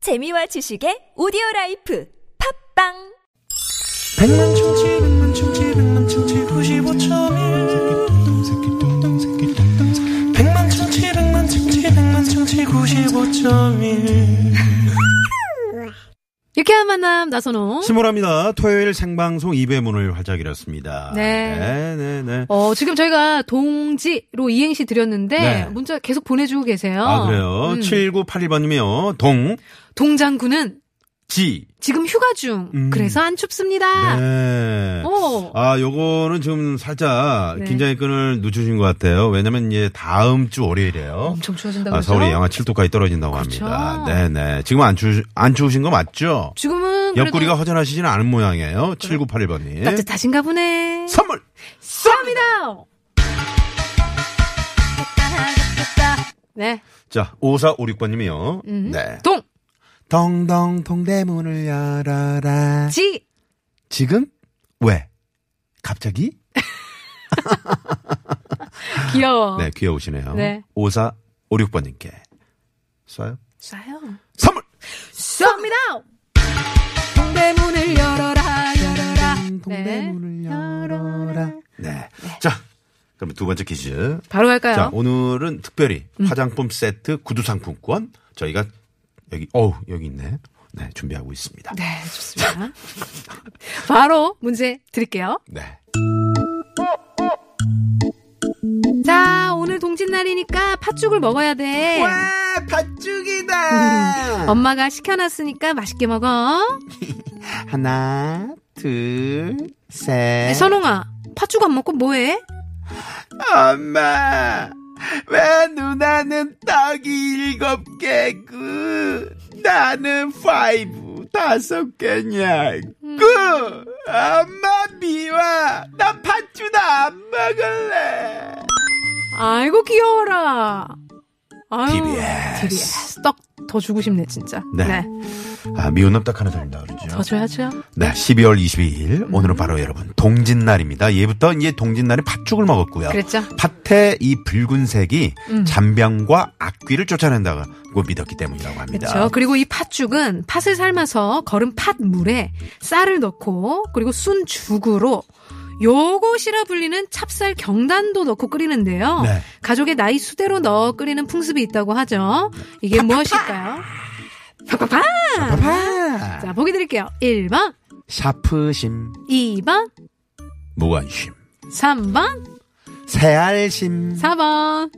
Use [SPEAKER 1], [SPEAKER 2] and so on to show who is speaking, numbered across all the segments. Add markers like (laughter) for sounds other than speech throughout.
[SPEAKER 1] 재미와 지식의 오디오 라이프 팝빵
[SPEAKER 2] 백만 충치 백만 충치 백만 충치 95.1 백만 충치 백만 충치 백만 충치 95.1
[SPEAKER 3] 유쾌한 만남 나선호.
[SPEAKER 4] 신보라입니다. 토요일 생방송 2배 문을 활짝 열었습니다.
[SPEAKER 3] 네.
[SPEAKER 4] 네, 네, 네.
[SPEAKER 3] 어, 지금 저희가 동지로 이행시 드렸는데
[SPEAKER 4] 네.
[SPEAKER 3] 문자 계속 보내주고 계세요.
[SPEAKER 4] 아, 그래요?
[SPEAKER 3] 음.
[SPEAKER 4] 7981번님이요. 동,
[SPEAKER 3] 동장군은
[SPEAKER 4] 지.
[SPEAKER 3] 지금 휴가 중.
[SPEAKER 4] 음.
[SPEAKER 3] 그래서 안 춥습니다.
[SPEAKER 4] 네.
[SPEAKER 3] 오.
[SPEAKER 4] 아, 요거는 지금 살짝
[SPEAKER 3] 어. 네.
[SPEAKER 4] 긴장의 끈을 늦추신 것 같아요. 왜냐면 이제 다음 주 월요일에요.
[SPEAKER 3] 엄청 추워진다고
[SPEAKER 4] 아,
[SPEAKER 3] 그러죠?
[SPEAKER 4] 서울이 영하 7도까지 떨어진다고
[SPEAKER 3] 그렇죠.
[SPEAKER 4] 합니다. 네, 네. 지금 안 추, 안 추우신 거 맞죠?
[SPEAKER 3] 지금은 그래도
[SPEAKER 4] 옆구리가 예? 허전하시지는 않은 모양이에요. 7981번님.
[SPEAKER 3] 따뜻하신가 보네.
[SPEAKER 4] 선물!
[SPEAKER 3] 쏩니다. 네.
[SPEAKER 4] 자, 5456번님이요.
[SPEAKER 3] 음.
[SPEAKER 4] 네.
[SPEAKER 3] 동,
[SPEAKER 4] 덩덩 동대문을 열어라.
[SPEAKER 3] 지.
[SPEAKER 4] 지금 왜? 갑자기?
[SPEAKER 3] 귀여워.
[SPEAKER 4] 네, 귀여우시네요.
[SPEAKER 3] 네.
[SPEAKER 4] 5456번님께 쏴요.
[SPEAKER 3] 쏴요.
[SPEAKER 4] 선물.
[SPEAKER 3] 쏩니다. 동대문을 열어라, 열어라. 네.
[SPEAKER 4] 네. 자, 그럼 두 번째 퀴즈.
[SPEAKER 3] 바로 갈까요?
[SPEAKER 4] 자, 오늘은 특별히
[SPEAKER 3] 음.
[SPEAKER 4] 화장품 세트, 구두 상품권 저희가 여기 어우, 여기 있네. 네, 준비하고 있습니다.
[SPEAKER 3] 네, 좋습니다. (laughs) 바로 문제 드릴게요.
[SPEAKER 4] 네.
[SPEAKER 3] 자, 오늘 동짓날이니까 팥죽을 먹어야 돼.
[SPEAKER 4] 와, 팥죽이다.
[SPEAKER 3] 음. 엄마가 시켜놨으니까 맛있게 먹어.
[SPEAKER 4] 하나, 둘, 셋.
[SPEAKER 3] 네, 선홍아, 팥죽 안 먹고 뭐해?
[SPEAKER 4] 엄마, 왜 누나는 떡이 일곱 개고, 나는 파이브, 다섯 개냐고.
[SPEAKER 3] 음.
[SPEAKER 4] 엄마 미워, 나 팥죽 안 먹을래.
[SPEAKER 3] 아이고, 귀여워라. 아유,
[SPEAKER 4] TBS.
[SPEAKER 3] 떡 더 주고 싶네, 진짜.
[SPEAKER 4] 네. 아, 미운 놈 딱 하나 달린다
[SPEAKER 3] 더
[SPEAKER 4] 그러죠.
[SPEAKER 3] 줘야죠.
[SPEAKER 4] 네, 12월 22일, 오늘은 바로 여러분, 동짓날입니다. 예부터 이제 동짓날에 팥죽을 먹었고요.
[SPEAKER 3] 그랬죠.
[SPEAKER 4] 팥의 이 붉은색이
[SPEAKER 3] 음.
[SPEAKER 4] 잔병과 악귀를 쫓아낸다고 믿었기 때문이라고 합니다.
[SPEAKER 3] 그렇죠. 그리고 이 팥죽은 팥을 삶아서 걸은 팥물에 쌀을 넣고 그리고 순 죽으로 요것이라 불리는 찹쌀 경단도 넣고 끓이는데요.
[SPEAKER 4] 네.
[SPEAKER 3] 가족의 나이 수대로 넣어 끓이는 풍습이 있다고 하죠. 이게 무엇일까요? 팍팍팍!
[SPEAKER 4] 봐봐.
[SPEAKER 3] 자, 보기 드릴게요. 1번,
[SPEAKER 4] 샤프심,
[SPEAKER 3] 2번,
[SPEAKER 4] 무관심,
[SPEAKER 3] 3번,
[SPEAKER 4] 새알심,
[SPEAKER 3] 4번.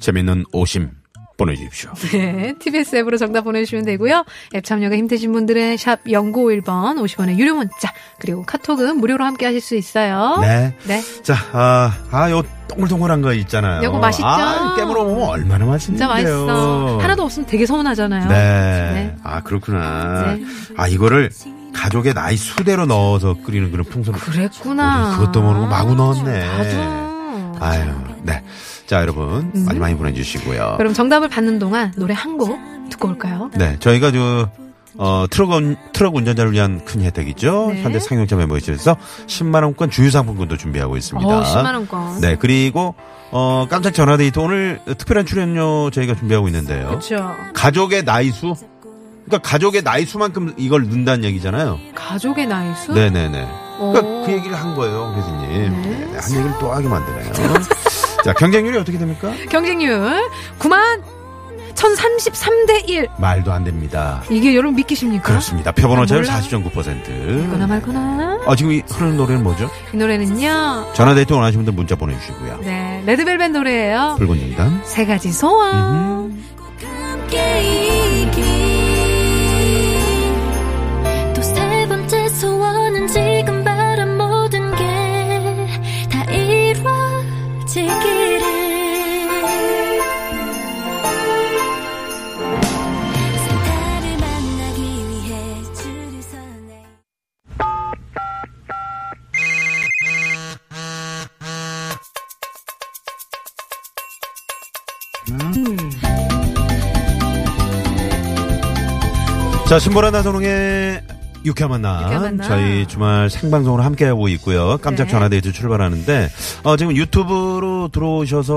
[SPEAKER 4] 재밌는 오심 보내주십시오.
[SPEAKER 3] 네, TBS 앱으로 정답 보내주시면 되고요. 앱 참여가 힘드신 분들은 샵 0951번 50원의 유료 문자 그리고 카톡은 무료로 함께 하실 수 있어요.
[SPEAKER 4] 네.
[SPEAKER 3] 네.
[SPEAKER 4] 자, 아, 아, 요 동글동글한 거 있잖아요.
[SPEAKER 3] 요거 맛있죠?
[SPEAKER 4] 아, 깨물어 먹으면 얼마나 맛있는데요.
[SPEAKER 3] 진짜 맛있어. 하나도 없으면 되게 서운하잖아요.
[SPEAKER 4] 네.
[SPEAKER 3] 네.
[SPEAKER 4] 아, 그렇구나.
[SPEAKER 3] 네.
[SPEAKER 4] 아, 이거를 가족의 나이 수대로 넣어서 끓이는 그런 풍선.
[SPEAKER 3] 그랬구나.
[SPEAKER 4] 어디 그것도 모르고 마구 넣었네.
[SPEAKER 3] 맞아.
[SPEAKER 4] 아유, 네. 자, 여러분
[SPEAKER 3] 음.
[SPEAKER 4] 많이 많이 보내주시고요.
[SPEAKER 3] 그럼 정답을 받는 동안 노래 한 곡 듣고 올까요?
[SPEAKER 4] 네, 저희가 저 어, 트럭, 운, 트럭 운전자를 위한 큰 혜택이죠.
[SPEAKER 3] 네.
[SPEAKER 4] 현대 상용차 멤버십에서 10만원권 주유상품권도 준비하고 있습니다.
[SPEAKER 3] 어, 10만원권.
[SPEAKER 4] 네, 그리고, 어, 깜짝 전화데이트 오늘 특별한 출연료 저희가 준비하고 있는데요.
[SPEAKER 3] 그렇죠.
[SPEAKER 4] 가족의 나이수? 그러니까 가족의 나이수만큼 이걸 넣는다는 얘기잖아요.
[SPEAKER 3] 가족의 나이수? 어.
[SPEAKER 4] 네네네. 그러니까
[SPEAKER 3] 오.
[SPEAKER 4] 그 얘기를 한 거예요, 교수님.
[SPEAKER 3] 네.
[SPEAKER 4] 네, 네, 한 얘기를 또 하게 만드네요. 자, 경쟁률이 어떻게 됩니까?
[SPEAKER 3] 경쟁률 9만 1033대 1.
[SPEAKER 4] 말도 안 됩니다.
[SPEAKER 3] 이게 여러분 믿기십니까?
[SPEAKER 4] 그렇습니다. 표본오 차율
[SPEAKER 3] 몰라.
[SPEAKER 4] 40.9%.
[SPEAKER 3] 믿거나 말거나.
[SPEAKER 4] 아, 지금 이 흐르는 노래는 뭐죠?
[SPEAKER 3] 이 노래는요.
[SPEAKER 4] 전화 데이트 원하시는 분들 문자 보내주시고요.
[SPEAKER 3] 네. 레드벨벳 노래예요.
[SPEAKER 4] 붉은 영담.
[SPEAKER 3] 세 가지 소원.
[SPEAKER 5] 함께 이긴 또 세 번째 소원은 지금 바란 모든 게 다 이루어지기를 산타를 만나기 위해 줄을 서네
[SPEAKER 4] 자, 신보라 나선홍의 유쾌한 만남.
[SPEAKER 3] 유쾌한 만남.
[SPEAKER 4] 저희 주말 생방송으로 함께하고 있고요. 깜짝
[SPEAKER 3] 네.
[SPEAKER 4] 전화데이트 출발하는데, 어, 지금 유튜브로 들어오셔서,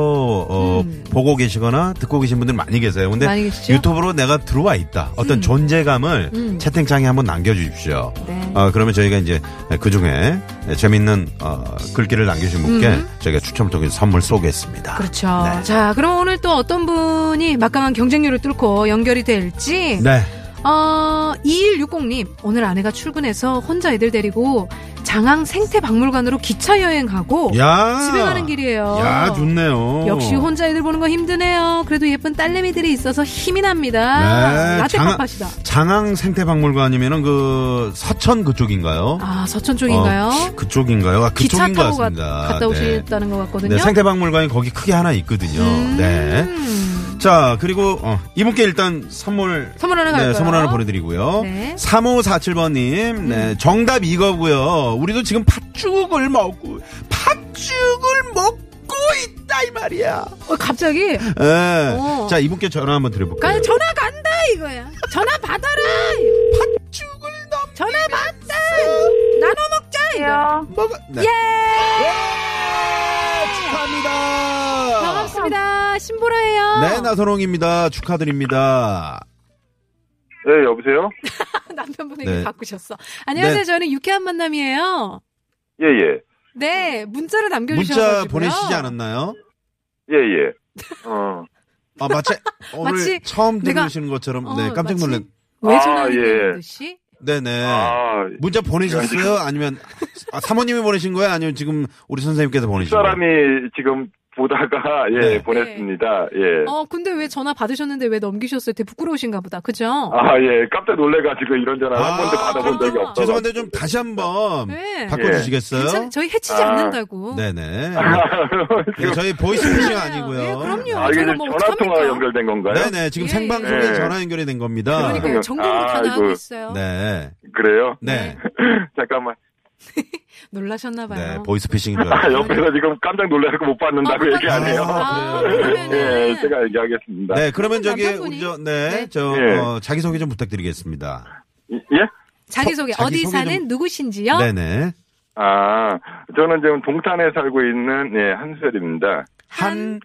[SPEAKER 4] 어, 보고 계시거나 듣고 계신 분들 많이 계세요. 근데
[SPEAKER 3] 음. 많이 계시죠?
[SPEAKER 4] 네.
[SPEAKER 3] 음.
[SPEAKER 4] 유튜브로 내가 들어와 있다. 어떤 존재감을 채팅창에 한번 남겨주십시오.
[SPEAKER 3] 네.
[SPEAKER 4] 어, 그러면 저희가 이제 그 중에 재밌는, 어, 글귀를 남겨주신 분께 저희가 추첨을 통해서 선물 쏘겠습니다.
[SPEAKER 3] 음. 그렇죠.
[SPEAKER 4] 네.
[SPEAKER 3] 자, 그럼 오늘 또 어떤 분이 막강한 경쟁률을 뚫고 연결이 될지.
[SPEAKER 4] 네.
[SPEAKER 3] 어, 2160님, 오늘 아내가 출근해서 혼자 애들 데리고 장항 생태박물관으로 기차 여행하고
[SPEAKER 4] 야.
[SPEAKER 3] 어, 집에 가는 길이에요.
[SPEAKER 4] 야, 좋네요.
[SPEAKER 3] 역시 혼자 애들 보는 거 힘드네요. 그래도 예쁜 딸내미들이 있어서 힘이 납니다.
[SPEAKER 4] 네, 장항-
[SPEAKER 3] 라떼파파시다.
[SPEAKER 4] 장항 생태박물관이면은 그 서천 그쪽인가요?
[SPEAKER 3] 아, 서천 쪽인가요?
[SPEAKER 4] 어, 그쪽인가요? 아,
[SPEAKER 3] 기차
[SPEAKER 4] 그쪽인 것
[SPEAKER 3] 타고 가,
[SPEAKER 4] 같습니다.
[SPEAKER 3] 갔다 오셨다는 것
[SPEAKER 4] 네.
[SPEAKER 3] 같거든요.
[SPEAKER 4] 네, 생태박물관이 거기 크게 하나 있거든요.
[SPEAKER 3] 음.
[SPEAKER 4] 네. 자, 그리고 어, 이분께 일단 선물
[SPEAKER 3] 선물 하나
[SPEAKER 4] 네,
[SPEAKER 3] 갈까요?
[SPEAKER 4] 선물 하나 보내드리고요.
[SPEAKER 3] 네. 음.
[SPEAKER 4] 3547번님, 네, 정답 이거고요. 우리도 지금 팥죽을 먹고, 팥죽을 먹고 있다, 이 말이야.
[SPEAKER 3] 어, 갑자기
[SPEAKER 4] 예.
[SPEAKER 3] 어.
[SPEAKER 4] 자, 이분께 전화 한번 드려볼게요.
[SPEAKER 3] 가, 그러니까 전화 간다 이거야. 전화 받아라.
[SPEAKER 4] 팥죽을 넘
[SPEAKER 3] 전화 받자. 나눠 먹자 이거. 예.
[SPEAKER 4] 먹어. 네. 예! 축하합니다.
[SPEAKER 3] 반갑습니다. 신보라예요.
[SPEAKER 4] 네, 나선홍입니다. 축하드립니다.
[SPEAKER 6] 네, 여보세요?
[SPEAKER 3] (laughs) 남편분에게
[SPEAKER 4] 네.
[SPEAKER 3] 바꾸셨어. 안녕하세요.
[SPEAKER 4] 네.
[SPEAKER 3] 저는 유쾌한 만남이에요.
[SPEAKER 6] 예, 예.
[SPEAKER 3] 네, 문자를 남겨주셔가지고요.
[SPEAKER 4] 문자 보내시지 않았나요?
[SPEAKER 6] 예, 예. 어.
[SPEAKER 4] 아, 마치 오늘
[SPEAKER 3] (laughs) 마치
[SPEAKER 4] 처음
[SPEAKER 3] 내가-
[SPEAKER 4] 들으시는 것처럼
[SPEAKER 3] 어,
[SPEAKER 4] 네, 깜짝 놀랐.
[SPEAKER 3] 마치 왜
[SPEAKER 6] 아,
[SPEAKER 3] 전화를
[SPEAKER 6] 예.
[SPEAKER 3] 듯이?
[SPEAKER 4] (laughs) 네네.
[SPEAKER 6] 아,
[SPEAKER 4] 문자 보내셨어요? 아니면 아, 사모님이 보내신 거예요? 아니면 지금 우리 선생님께서 보내신 거예요?
[SPEAKER 6] 그 사람이 지금 보다가, 예,
[SPEAKER 4] 네.
[SPEAKER 6] 보냈습니다. 예.
[SPEAKER 3] 어, 근데 왜 전화 받으셨는데 왜 넘기셨어요? 되게 부끄러우신가 보다. 그죠?
[SPEAKER 6] 아, 예. 깜짝 놀래가지고 이런 전화 한
[SPEAKER 4] 아,
[SPEAKER 6] 번도 받아본 적이
[SPEAKER 3] 그렇구나.
[SPEAKER 6] 없어서.
[SPEAKER 4] 죄송한데 좀 다시 한번
[SPEAKER 3] 네.
[SPEAKER 4] 바꿔주시겠어요?
[SPEAKER 3] 괜찮- 저희 해치지
[SPEAKER 6] 아,
[SPEAKER 3] 않는다고.
[SPEAKER 4] 네네.
[SPEAKER 6] (laughs)
[SPEAKER 4] 네,
[SPEAKER 6] 지금,
[SPEAKER 4] 저희 보이스피싱
[SPEAKER 3] 예,
[SPEAKER 4] 아니고요.
[SPEAKER 3] 그럼요.
[SPEAKER 6] (laughs) 아,
[SPEAKER 3] 저는
[SPEAKER 6] 이게 지금
[SPEAKER 3] 뭐
[SPEAKER 6] 전화 통화
[SPEAKER 3] 어떡합니까?
[SPEAKER 6] 연결된 건가요?
[SPEAKER 4] 네네. 지금
[SPEAKER 3] 예,
[SPEAKER 4] 생방송에
[SPEAKER 6] 예.
[SPEAKER 4] 전화 연결이 된 겁니다.
[SPEAKER 3] 그러니까 전국으로 다
[SPEAKER 6] 아이고.
[SPEAKER 3] 나가고 있어요.
[SPEAKER 4] 네.
[SPEAKER 6] 그래요?
[SPEAKER 4] 네.
[SPEAKER 6] (laughs) 잠깐만.
[SPEAKER 3] 놀라셨나봐요.
[SPEAKER 4] 네. 아, 보이스피싱인 줄
[SPEAKER 6] 아,
[SPEAKER 4] 알아요.
[SPEAKER 6] (laughs) 옆에서 지금 깜짝 놀래갖고 못 받는다고 얘기 안 해요.
[SPEAKER 3] 아,
[SPEAKER 6] (laughs) 예,
[SPEAKER 3] 그러면은
[SPEAKER 6] 제가 얘기하겠습니다.
[SPEAKER 4] 네, 그러면 저기
[SPEAKER 3] 남편분이?
[SPEAKER 4] 우리 저, 네,
[SPEAKER 3] 네.
[SPEAKER 4] 저
[SPEAKER 6] 예.
[SPEAKER 4] 어, 자기 소개 좀 부탁드리겠습니다.
[SPEAKER 6] 예?
[SPEAKER 3] 자기소개
[SPEAKER 4] 자기
[SPEAKER 3] 어디
[SPEAKER 4] 소개
[SPEAKER 3] 사는
[SPEAKER 4] 좀-
[SPEAKER 3] 누구신지요?
[SPEAKER 4] 네, 네.
[SPEAKER 6] 아, 저는 지금 동탄에 살고 있는, 예, 한수열입니다.
[SPEAKER 4] 한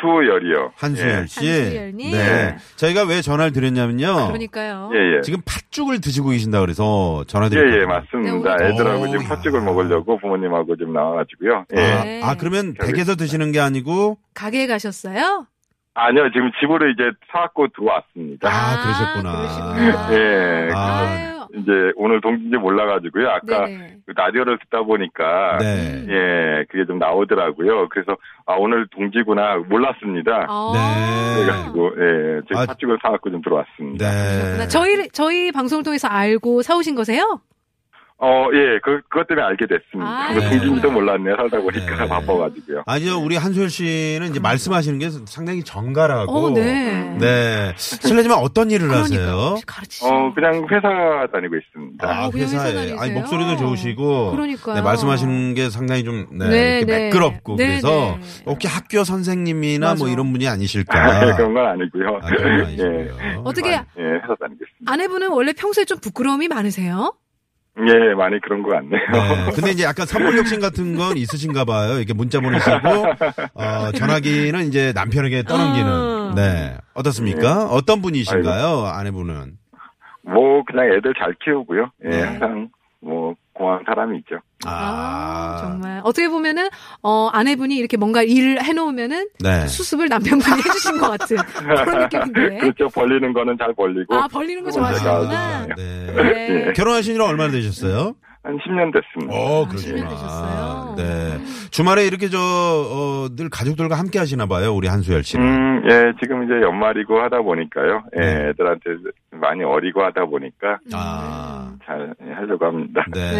[SPEAKER 6] 수열이요.
[SPEAKER 4] 한수열 씨.
[SPEAKER 3] 예. 한수열님.
[SPEAKER 4] 네. 저희가 왜 전화를 드렸냐면요.
[SPEAKER 3] 그러니까요.
[SPEAKER 6] 예, 예. 예.
[SPEAKER 4] 지금 팥죽을 드시고 계신다 그래서 전화 드렸거든요.
[SPEAKER 6] 예,
[SPEAKER 3] 네,
[SPEAKER 6] 예, 맞습니다.
[SPEAKER 3] 오늘
[SPEAKER 6] 애들하고
[SPEAKER 4] 오,
[SPEAKER 6] 지금
[SPEAKER 4] 야.
[SPEAKER 6] 팥죽을 먹으려고 부모님하고 지금 나와가지고요. 예.
[SPEAKER 4] 어. 아,
[SPEAKER 3] 네.
[SPEAKER 4] 아, 그러면 댁에서 드시는 게 아니고
[SPEAKER 3] 가게에 가셨어요?
[SPEAKER 6] 아니요, 지금 집으로 이제 사갖고 들어왔습니다.
[SPEAKER 4] 아,
[SPEAKER 3] 아,
[SPEAKER 4] 그러셨구나.
[SPEAKER 3] 그러시구나.
[SPEAKER 6] 예.
[SPEAKER 4] 아.
[SPEAKER 3] 아유,
[SPEAKER 6] 이제 오늘 동진지 몰라가지고요. 아까
[SPEAKER 3] 네네.
[SPEAKER 6] 그 라디오를 듣다 보니까.
[SPEAKER 4] 네.
[SPEAKER 6] 예, 그게 좀 나오더라고요. 그래서, 아, 오늘 동지구나. 몰랐습니다.
[SPEAKER 3] 어.
[SPEAKER 4] 네.
[SPEAKER 6] 그래가지고, 예, 지금
[SPEAKER 4] 아.
[SPEAKER 6] 팥죽을 사갖고 좀 들어왔습니다.
[SPEAKER 4] 네.
[SPEAKER 3] 저희 저희 방송을 통해서 알고 사오신 거세요?
[SPEAKER 6] 어, 예, 그, 그것 때문에 알게 됐습니다.
[SPEAKER 3] 아,
[SPEAKER 6] 근데
[SPEAKER 4] 네.
[SPEAKER 6] 동진지도 몰랐네요. 살다 보니까
[SPEAKER 4] 네.
[SPEAKER 6] 바빠가지고요.
[SPEAKER 4] 아니요, 우리 한수열 씨는 이제 말씀하시는 게 상당히 정갈하고
[SPEAKER 3] 어, 네.
[SPEAKER 4] 네. 실례지만 어떤 일을
[SPEAKER 3] 그러니까
[SPEAKER 4] 하세요?
[SPEAKER 3] 혹시 가르치시는
[SPEAKER 6] 어, 그냥 회사 다니고 있습니다.
[SPEAKER 4] 아,
[SPEAKER 3] 어, 그냥 회사
[SPEAKER 4] 회사에. 아니,
[SPEAKER 3] 다니세요?
[SPEAKER 4] 목소리도 좋으시고.
[SPEAKER 3] 그러니까요.
[SPEAKER 4] 네, 말씀하시는 게 상당히 좀, 네,
[SPEAKER 3] 네,
[SPEAKER 4] 이렇게
[SPEAKER 3] 네.
[SPEAKER 4] 매끄럽고.
[SPEAKER 3] 네,
[SPEAKER 4] 그래서,
[SPEAKER 3] 네.
[SPEAKER 4] 혹시 학교 선생님이나
[SPEAKER 3] 맞아.
[SPEAKER 4] 뭐 이런 분이 아니실까.
[SPEAKER 6] 아, 그런 건 아니고요.
[SPEAKER 4] 아, 그런 거
[SPEAKER 6] (laughs) 예.
[SPEAKER 4] 아니시고요.
[SPEAKER 3] 어떻게
[SPEAKER 6] 예, 회사 다니겠습니다.
[SPEAKER 3] 아내분은 원래 평소에 좀 부끄러움이 많으세요?
[SPEAKER 6] 예, 많이 그런 것 같네요.
[SPEAKER 4] (laughs) 네, 근데 이제 약간 선물 욕심 같은 건 있으신가 봐요. 이렇게 문자 보내시고, 어, 전화기는 이제 남편에게 떠넘기는.
[SPEAKER 3] 아.
[SPEAKER 4] 네. 어떻습니까? 어떤 분이신가요? 아내분은.
[SPEAKER 6] (laughs) 뭐, 그냥 애들 잘 키우고요. 예,
[SPEAKER 4] 네.
[SPEAKER 6] 항상, 뭐, 고마운 사람이 있죠.
[SPEAKER 4] 아.
[SPEAKER 3] 아, 정말 어떻게 보면은 어, 아내분이 이렇게 뭔가 일을 해놓으면은
[SPEAKER 4] 네.
[SPEAKER 3] 수습을 남편분이 해주신 것
[SPEAKER 6] (laughs)
[SPEAKER 3] 같은 그런 느낌인데.
[SPEAKER 6] 그렇죠. 벌리는 거는 잘 벌리고.
[SPEAKER 3] 네. 아 벌리는 거
[SPEAKER 4] 아,
[SPEAKER 3] 좋아하시구나.
[SPEAKER 4] 네.
[SPEAKER 3] 네.
[SPEAKER 4] 결혼하신 지 얼마나 되셨어요?
[SPEAKER 6] 한 10년 됐습니다.
[SPEAKER 4] 어,
[SPEAKER 3] 주말 네,
[SPEAKER 4] 그러시구나.
[SPEAKER 3] 되셨어요.
[SPEAKER 4] 네. 주말에 이렇게 저, 어, 늘 가족들과 함께 하시나 봐요, 우리 한수열 씨는.
[SPEAKER 6] 음, 예, 지금 이제 연말이고 하다 보니까요. 예,
[SPEAKER 4] 네.
[SPEAKER 6] 애들한테 많이 어리고 하다 보니까
[SPEAKER 4] 아.
[SPEAKER 6] 잘 하려고 합니다.
[SPEAKER 4] 네. 네.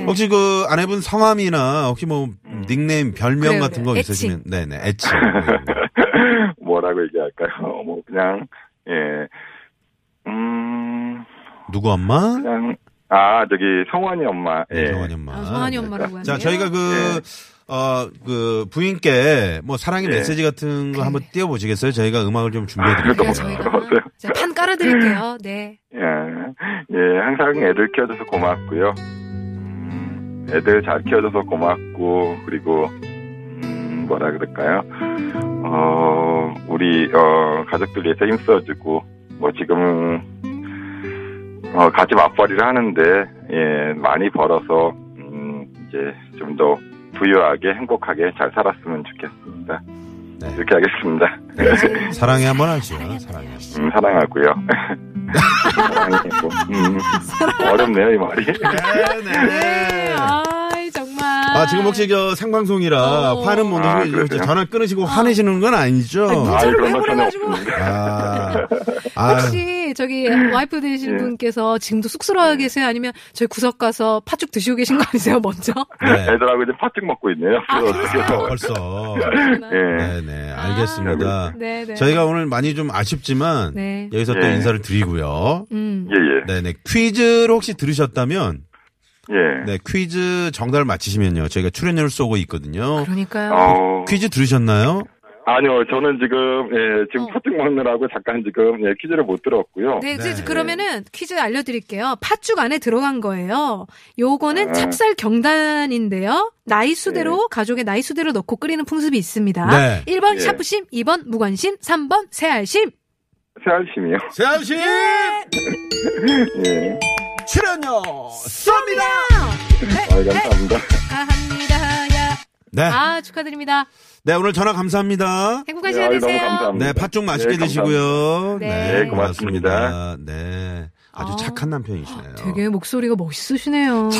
[SPEAKER 3] 네.
[SPEAKER 4] 혹시 그 아내분 성함이나 혹시 뭐
[SPEAKER 6] 음.
[SPEAKER 4] 닉네임, 별명
[SPEAKER 3] 그래요,
[SPEAKER 4] 같은 거
[SPEAKER 3] 그래요.
[SPEAKER 4] 있으시면. 네네. 애칭. 뭐 이런 거.
[SPEAKER 6] (laughs) 뭐라고 얘기할까요? (laughs) 뭐, 그냥, 예, 음,
[SPEAKER 4] 누구 엄마?
[SPEAKER 6] 그냥, 아, 저기, 성환이 엄마. 예.
[SPEAKER 4] 정환이 엄마.
[SPEAKER 3] 아, 성환이 엄마라고 하네요.
[SPEAKER 4] 자, 저희가 그, 어, 그, 부인께 뭐 사랑의
[SPEAKER 6] 예.
[SPEAKER 4] 메시지 같은 거
[SPEAKER 3] 네.
[SPEAKER 4] 한번 띄워보시겠어요? 저희가 음악을 좀
[SPEAKER 6] 아,
[SPEAKER 4] 준비해드릴게요.
[SPEAKER 3] 그래요,
[SPEAKER 6] 너무
[SPEAKER 3] 저희가
[SPEAKER 6] 부끄러워서요.
[SPEAKER 3] 자, 판 깔아드릴게요. 네.
[SPEAKER 6] 예, 예, 항상 항상 애들 키워줘서 고맙고요. 음, 애들 잘 키워줘서 고맙고 그리고 음, 뭐라 그럴까요? 어 우리 어 가족들 위해서 힘써주고 뭐 지금 어 같이 맞벌이를 하는데 예 많이 벌어서 음, 이제 좀 더 부유하게 행복하게 잘 살았으면 좋겠습니다.
[SPEAKER 4] 네.
[SPEAKER 6] 이렇게 하겠습니다.
[SPEAKER 3] 네.
[SPEAKER 4] 사랑해 한번 하죠. 사랑해.
[SPEAKER 6] 음, 사랑하고요. 사랑하고. 음, 어렵네요 이 말이.
[SPEAKER 4] 네네.
[SPEAKER 3] 아이, 정말.
[SPEAKER 4] 아 지금 혹시 저 생방송이라
[SPEAKER 3] 어. 아.
[SPEAKER 4] 화는 못
[SPEAKER 6] 아,
[SPEAKER 4] 내시고 이렇게
[SPEAKER 6] 그러세요?
[SPEAKER 4] 전화 끊으시고 화내시는 건 아니죠?
[SPEAKER 3] 문자를
[SPEAKER 6] 아이,
[SPEAKER 3] 왜
[SPEAKER 6] 그런 건 전혀
[SPEAKER 3] 보내가지고.
[SPEAKER 6] 없습니다.
[SPEAKER 4] 아, 아
[SPEAKER 3] 뭐. 혹시 저기 와이프 되신
[SPEAKER 6] 예.
[SPEAKER 4] 네.
[SPEAKER 3] 분께서 지금도 쑥스러워 계세요? 아니면 저희 구석 가서 팥죽 드시고 계신 거 아니세요, 먼저?
[SPEAKER 4] 네. 아,
[SPEAKER 6] 애들하고 이제 팥죽 먹고 있네요. 그래서
[SPEAKER 4] 벌써.
[SPEAKER 6] 예.
[SPEAKER 4] 네네 알겠습니다.
[SPEAKER 3] 아, 네, 네.
[SPEAKER 4] 저희가 오늘 많이 좀 아쉽지만
[SPEAKER 3] 네.
[SPEAKER 4] 여기서 또
[SPEAKER 6] 예.
[SPEAKER 4] 인사를 드리고요.
[SPEAKER 3] 음.
[SPEAKER 6] 예예.
[SPEAKER 4] 네네 퀴즈를 혹시 들으셨다면
[SPEAKER 6] 예.
[SPEAKER 4] 네 퀴즈 정답을 맞히시면요 저희가 출연료를 쏘고 있거든요.
[SPEAKER 3] 그러니까요.
[SPEAKER 6] 어,
[SPEAKER 4] 퀴즈 들으셨나요?
[SPEAKER 6] 아니요, 저는 지금, 예, 지금
[SPEAKER 3] 어.
[SPEAKER 6] 팥죽 먹느라고 잠깐 지금, 예, 퀴즈를 못 들었고요.
[SPEAKER 3] 네,
[SPEAKER 4] 네.
[SPEAKER 3] 그- 그러면은 퀴즈 알려드릴게요. 팥죽 안에 들어간 거예요. 요거는
[SPEAKER 6] 아.
[SPEAKER 3] 찹쌀 경단인데요. 나이 수대로 가족의 나이 수대로 넣고 끓이는 풍습이 있습니다.
[SPEAKER 4] 네.
[SPEAKER 3] 1번
[SPEAKER 6] 예.
[SPEAKER 3] 샤프심, 2번 무관심, 3번 새알심.
[SPEAKER 6] 새알심이요.
[SPEAKER 4] 세아 씨
[SPEAKER 6] 예.
[SPEAKER 4] 출연료 쏩니다.
[SPEAKER 6] 아, 감사합니다.
[SPEAKER 3] 축하합니다. 야.
[SPEAKER 4] 네,
[SPEAKER 3] 아, 축하드립니다.
[SPEAKER 4] 네 오늘 전화 감사합니다.
[SPEAKER 3] 행복한
[SPEAKER 6] 예,
[SPEAKER 3] 시간
[SPEAKER 6] 아유, 너무
[SPEAKER 3] 되세요.
[SPEAKER 6] 감사합니다.
[SPEAKER 4] 네, 팥죽 맛있게
[SPEAKER 6] 예,
[SPEAKER 4] 드시고요.
[SPEAKER 3] 네. 네,
[SPEAKER 6] 고맙습니다.
[SPEAKER 4] 네, 아주
[SPEAKER 3] 아.
[SPEAKER 4] 착한 남편이시네요.
[SPEAKER 3] 되게 목소리가 멋있으시네요.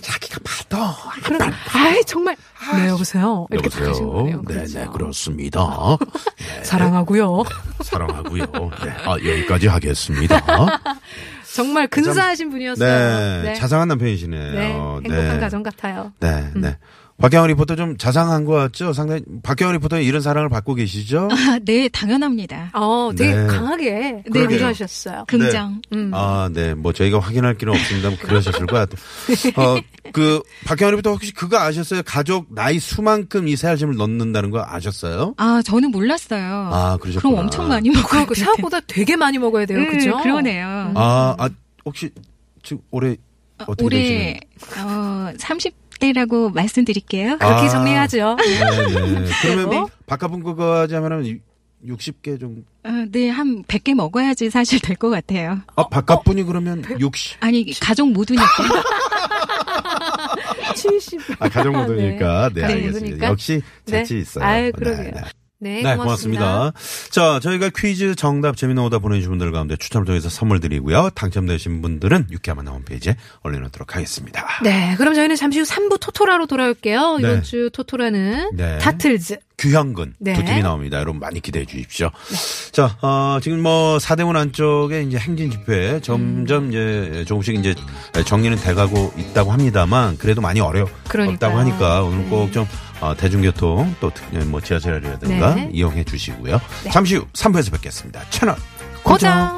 [SPEAKER 4] 자기가 받아.
[SPEAKER 3] 그런, 아이, 정말. 네, 여보세요. 이렇게 다 하신
[SPEAKER 4] 여보세요.
[SPEAKER 3] 거네요.
[SPEAKER 4] 네, 네,
[SPEAKER 3] 그렇죠.
[SPEAKER 4] 그렇습니다. 네,
[SPEAKER 3] 사랑하고요.
[SPEAKER 4] 사랑하고요.
[SPEAKER 3] (laughs)
[SPEAKER 4] 네, 아, 여기까지 하겠습니다.
[SPEAKER 3] 정말 근사하신 분이었어요.
[SPEAKER 4] 네, 자상한 남편이시네요.
[SPEAKER 3] 네, 행복한 가정 음. 같아요.
[SPEAKER 4] 네, 네. 박경원 리포터 좀 자상한 것 같죠? 상당히 박경원 리포터 이런 사랑을 받고 계시죠?
[SPEAKER 7] 아, 네, 당연합니다.
[SPEAKER 3] 어, 되게
[SPEAKER 4] 네.
[SPEAKER 3] 강하게
[SPEAKER 7] 네.
[SPEAKER 3] 강조하셨어요.
[SPEAKER 7] 긍정.
[SPEAKER 3] 음.
[SPEAKER 4] 아, 네. 뭐 저희가 확인할 길은 없습니다. 그러셨을 것 같아요. 어, 그 박경원 리포터 혹시 그거 아셨어요? 가족 나이 수만큼 이 새알심을 넣는다는 거 아셨어요?
[SPEAKER 7] 아, 저는 몰랐어요.
[SPEAKER 4] 아, 그러셨구나.
[SPEAKER 7] 그럼 엄청 많이 먹어요.
[SPEAKER 3] 그 생각보다 되게 많이 먹어야 돼요. 그죠?
[SPEAKER 7] 음, 그러네요.
[SPEAKER 4] 아, 아, 혹시 지금 올해 어떻게 되시나요?
[SPEAKER 7] 올해 어, 30대라고 말씀드릴게요.
[SPEAKER 3] 그렇게
[SPEAKER 4] 아.
[SPEAKER 3] 정리하죠.
[SPEAKER 4] 네네. 예. 그러면
[SPEAKER 3] 네.
[SPEAKER 4] 바깥분 그거 하자면은 60개 정도.
[SPEAKER 7] 어, 네, 한 100개 먹어야지 사실 될 것 같아요.
[SPEAKER 4] 아, 바깥분이 그러면 60.
[SPEAKER 7] 아니, 가족 모두니까.
[SPEAKER 3] 70.
[SPEAKER 4] 아, 가정부도니까. 네,
[SPEAKER 3] 네,
[SPEAKER 4] 알겠습니다.
[SPEAKER 3] 그러니까.
[SPEAKER 4] 역시
[SPEAKER 3] 네.
[SPEAKER 4] 재치 있어요.
[SPEAKER 3] 아유, 그러게요. 네,
[SPEAKER 4] 네,
[SPEAKER 3] 고맙습니다.
[SPEAKER 4] 고맙습니다. 자, 저희가 퀴즈 정답 재미난 오다 보내주신 분들 가운데 추첨을 통해서 선물 드리고요. 당첨되신 분들은 유쾌한 만남 홈페이지에 올려놓도록 하겠습니다.
[SPEAKER 3] 네, 그럼 저희는 잠시 후 3부 토토라로 돌아올게요.
[SPEAKER 4] 네.
[SPEAKER 3] 이번 주 토토라는
[SPEAKER 4] 네.
[SPEAKER 3] 타틀즈.
[SPEAKER 4] 규현근
[SPEAKER 3] 네.
[SPEAKER 4] 두 팀이 나옵니다. 여러분 많이 기대해 주십시오. 자, 어, 지금 뭐 사대문 안쪽에 이제 행진 집회
[SPEAKER 3] 음.
[SPEAKER 4] 점점 이제 조금씩 이제 정리는 돼가고 있다고 합니다만 그래도 많이 어려
[SPEAKER 3] 그러니까요. 네.
[SPEAKER 4] 없다고 하니까 오늘 꼭 좀 어, 대중교통 또 뭐 지하철이라든가
[SPEAKER 3] 네.
[SPEAKER 4] 이용해 주시고요. 잠시 후 3부에서 뵙겠습니다. 채널 고정.
[SPEAKER 3] 고장.